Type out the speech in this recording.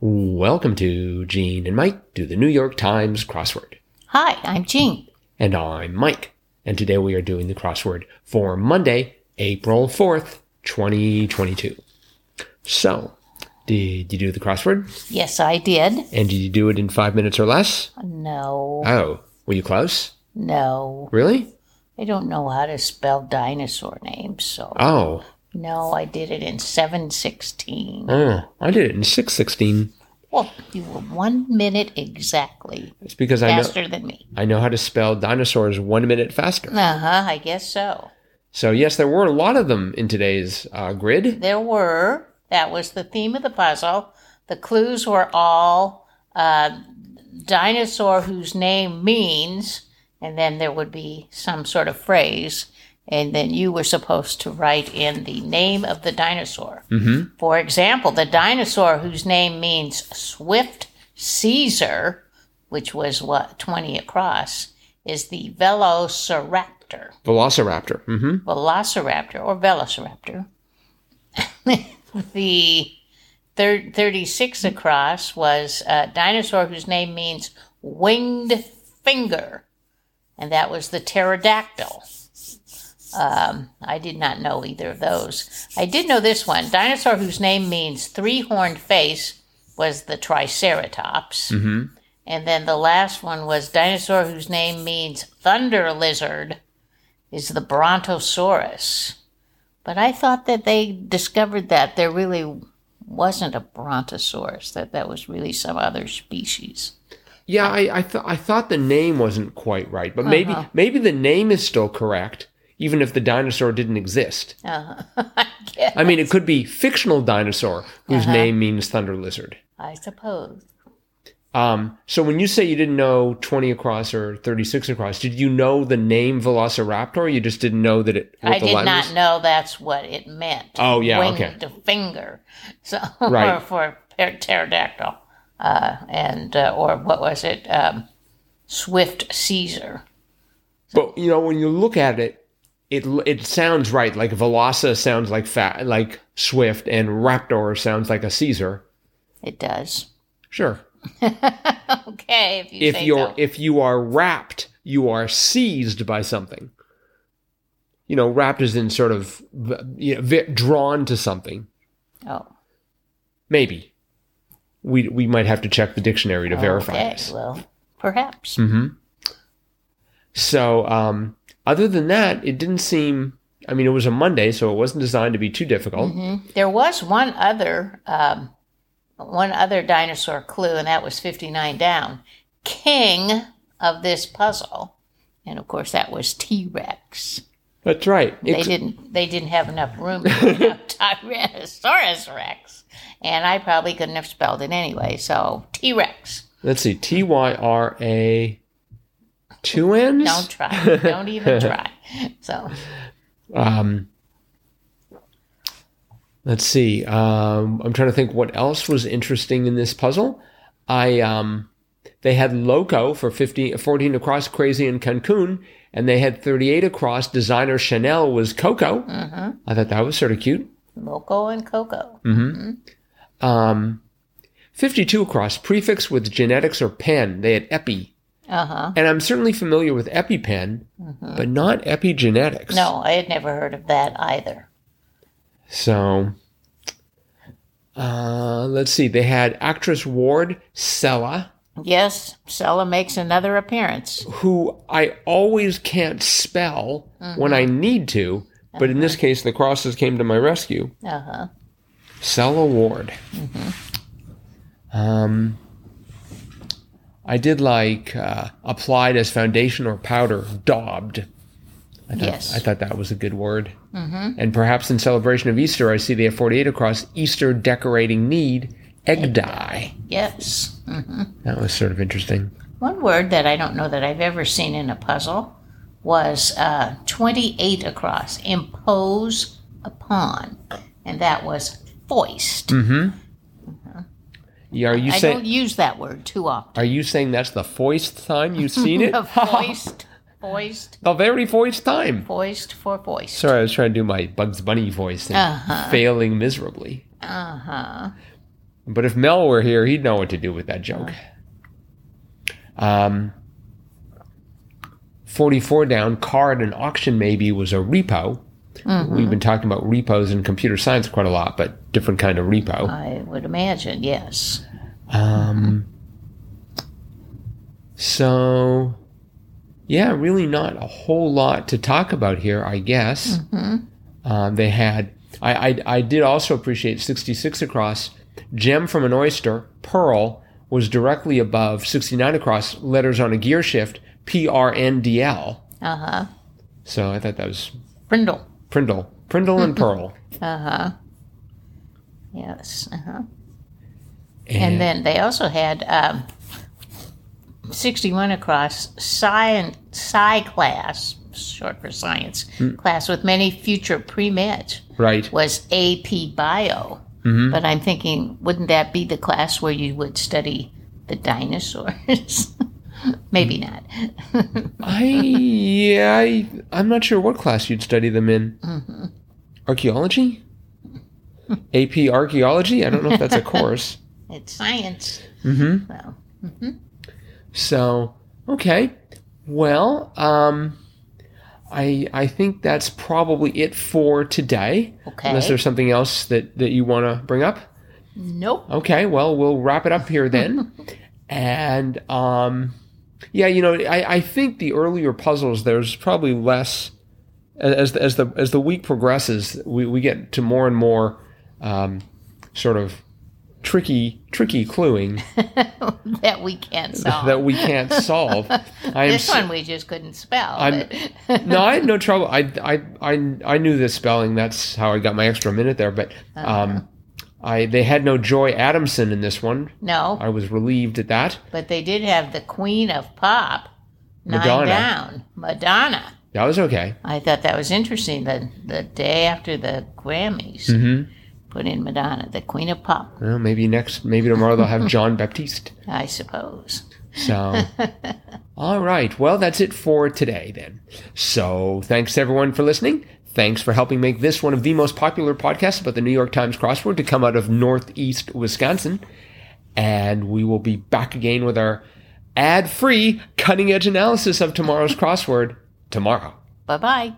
Welcome to Gene and Mike do the New York Times crossword. Hi, I'm Jean. And I'm Mike. And today we are doing the crossword for Monday, April 4th, 2022. So, did you do the crossword? Yes, I did. And did you do it in five minutes or less? No, Oh, were you close? no. Really? I don't know how to spell dinosaur names, so Oh, no, I did it in 716. oh, I did it in 616. Well, you were one minute exactly It's because I know, faster than me. I know how to spell dinosaurs one minute faster. Uh huh, I guess so. So, yes, there were a lot of them in today's uh, grid. There were, that was the theme of the puzzle. The clues were all uh, dinosaur whose name means, and then there would be some sort of phrase, and then you were supposed to write in the name of the dinosaur. Mhm. For example, the dinosaur whose name means Swift Caesar, which was what, 20 across, is the Velociraptor. Velociraptor. hmm. Velociraptor or Velociraptor. the thir- 36 across was a dinosaur whose name means winged finger, and that was the pterodactyl. Um, I did not know either of those. I did know this one. Dinosaur whose name means three horned face was the Triceratops. And then the last one was dinosaur whose name means thunder lizard is the Brontosaurus. But I thought that they discovered that there really wasn't a Brontosaurus, that that was really some other species. Yeah, I I, th- I thought the name wasn't quite right, but maybe Uh-huh. maybe the name is still correct, even if the dinosaur didn't exist. Uh, I guess. Uh-huh. I mean, it could be fictional dinosaur whose name means thunder lizard. I suppose. Um, so when you say you didn't know twenty across or thirty six across, did you know the name Velociraptor? Or you just didn't know that it. what I the did line not was? know that's what it meant. Oh, yeah, Winged okay. finger. So Right. for, for pterodactyl, uh, and uh, or what was it? Um, Swift Caesar. But you know, when you look at it, it l- it sounds right. Like Veloca sounds like fat, like swift, and Raptor sounds like a Caesar. It does. Sure. Okay, if you if say you're so. if you are wrapped, you are seized by something. You know, wrapped is in sort of you know, vi- drawn to something. oh, Maybe we we might have to check the dictionary to verify okay. this. Well, perhaps. hmm So, um, other than that, it didn't seem. I mean, it was a Monday, so it wasn't designed to be too difficult. Mhm. There was one other um, one other dinosaur clue, and that was fifty nine down. King of this puzzle, and of course that was T Rex. That's right. They Ex- didn't they didn't have enough room to put up Tyrannosaurus Rex, and I probably couldn't have spelled it anyway. So T Rex, let's see, T Y R A, two N's. don't try, don't even try. So Um, let's see. Um, I'm trying to think what else was interesting in this puzzle. I um, they had Loco for 15, 14 across, Crazy in Cancun, and they had 38 across. Designer Chanel was Coco. I thought that was sort of cute. Moco and Coco. Um, 52 across, prefix with genetics or pen. They had Epi. Uh huh. And I'm certainly familiar with EpiPen, but not epigenetics. No, I had never heard of that either. So uh, let's see. They had actress Ward Sella, Yes, Sella makes another appearance. who I always can't spell when I need to, but in this case, the crosses came to my rescue. Uh huh. Sella Ward. Mm-hmm. Um, I did like uh, applied as foundation or powder, daubed. I thought, Yes. I thought that was a good word. Mm-hmm. And perhaps in celebration of Easter, I see they have 48 across Easter decorating need, egg dye. Yes. That was sort of interesting. One word that I don't know that I've ever seen in a puzzle was uh, 28 across, impose upon. And that was foist. Mm-hmm. Yeah, Are you I don't saying? use that word too often. Are you saying that's the foist time you've seen it? A foist, foist, the very foist time. foist for foist. Sorry, I was trying to do my Bugs Bunny voice and failing miserably. Uh huh. But if Mel were here, he'd know what to do with that joke. Um, 44 down, car at an auction maybe was a repo. We've been talking about repos in computer science quite a lot, but different kind of repo. I would imagine, yes. Um, so, yeah, really not a whole lot to talk about here, I guess. Um, they had, I, I, I did also appreciate 66 across. Gem from an oyster, Pearl, was directly above 69 across, letters on a gear shift, PRNDL. Uh huh. So I thought that was Brindle. Prindle. Prindle and Pearl. Uh huh. Yes. Uh huh. And, And then they also had um, 61 across science, sci class, short for science, Hmm. class with many future pre meds right. was AP Bio. Mm-hmm. But I'm thinking, wouldn't that be the class where you would study the dinosaurs? Maybe Hmm. not. I yeah, I, I'm not sure what class you'd study them in. Archaeology, AP Archaeology. I don't know if that's a course. It's science. Mhm. So, So okay, well, um, I I think that's probably it for today. Unless Okay. there's something else that that you want to bring up. nope. Okay, well, we'll wrap it up here then. and um, yeah, you know, I, I think the earlier puzzles there's probably less as the, as the as the week progresses, we, we get to more and more um, sort of tricky tricky cluing that we can't solve. that we can't solve. I am Oh. this s- one we just couldn't spell. I'm- but- no, I had no trouble. I, I, I, I knew the spelling. That's how I got my extra minute there. But Uh-huh. um, I they had no Joy Adamson in this one. no. I was relieved at that. But they did have the Queen of Pop, nine Madonna. down, Madonna. That was okay. I thought that was interesting. The the day after the Grammys, put in Madonna, the Queen of Pop, Well, maybe next, maybe tomorrow they'll have John Baptiste. I suppose. So, all right. Well, that's it for today then. So, thanks everyone for listening. Thanks for helping make this one of the most popular podcasts about the New York Times crossword to come out of Northeast Wisconsin. And we will be back again with our ad free cutting edge analysis of tomorrow's crossword tomorrow. Bye bye.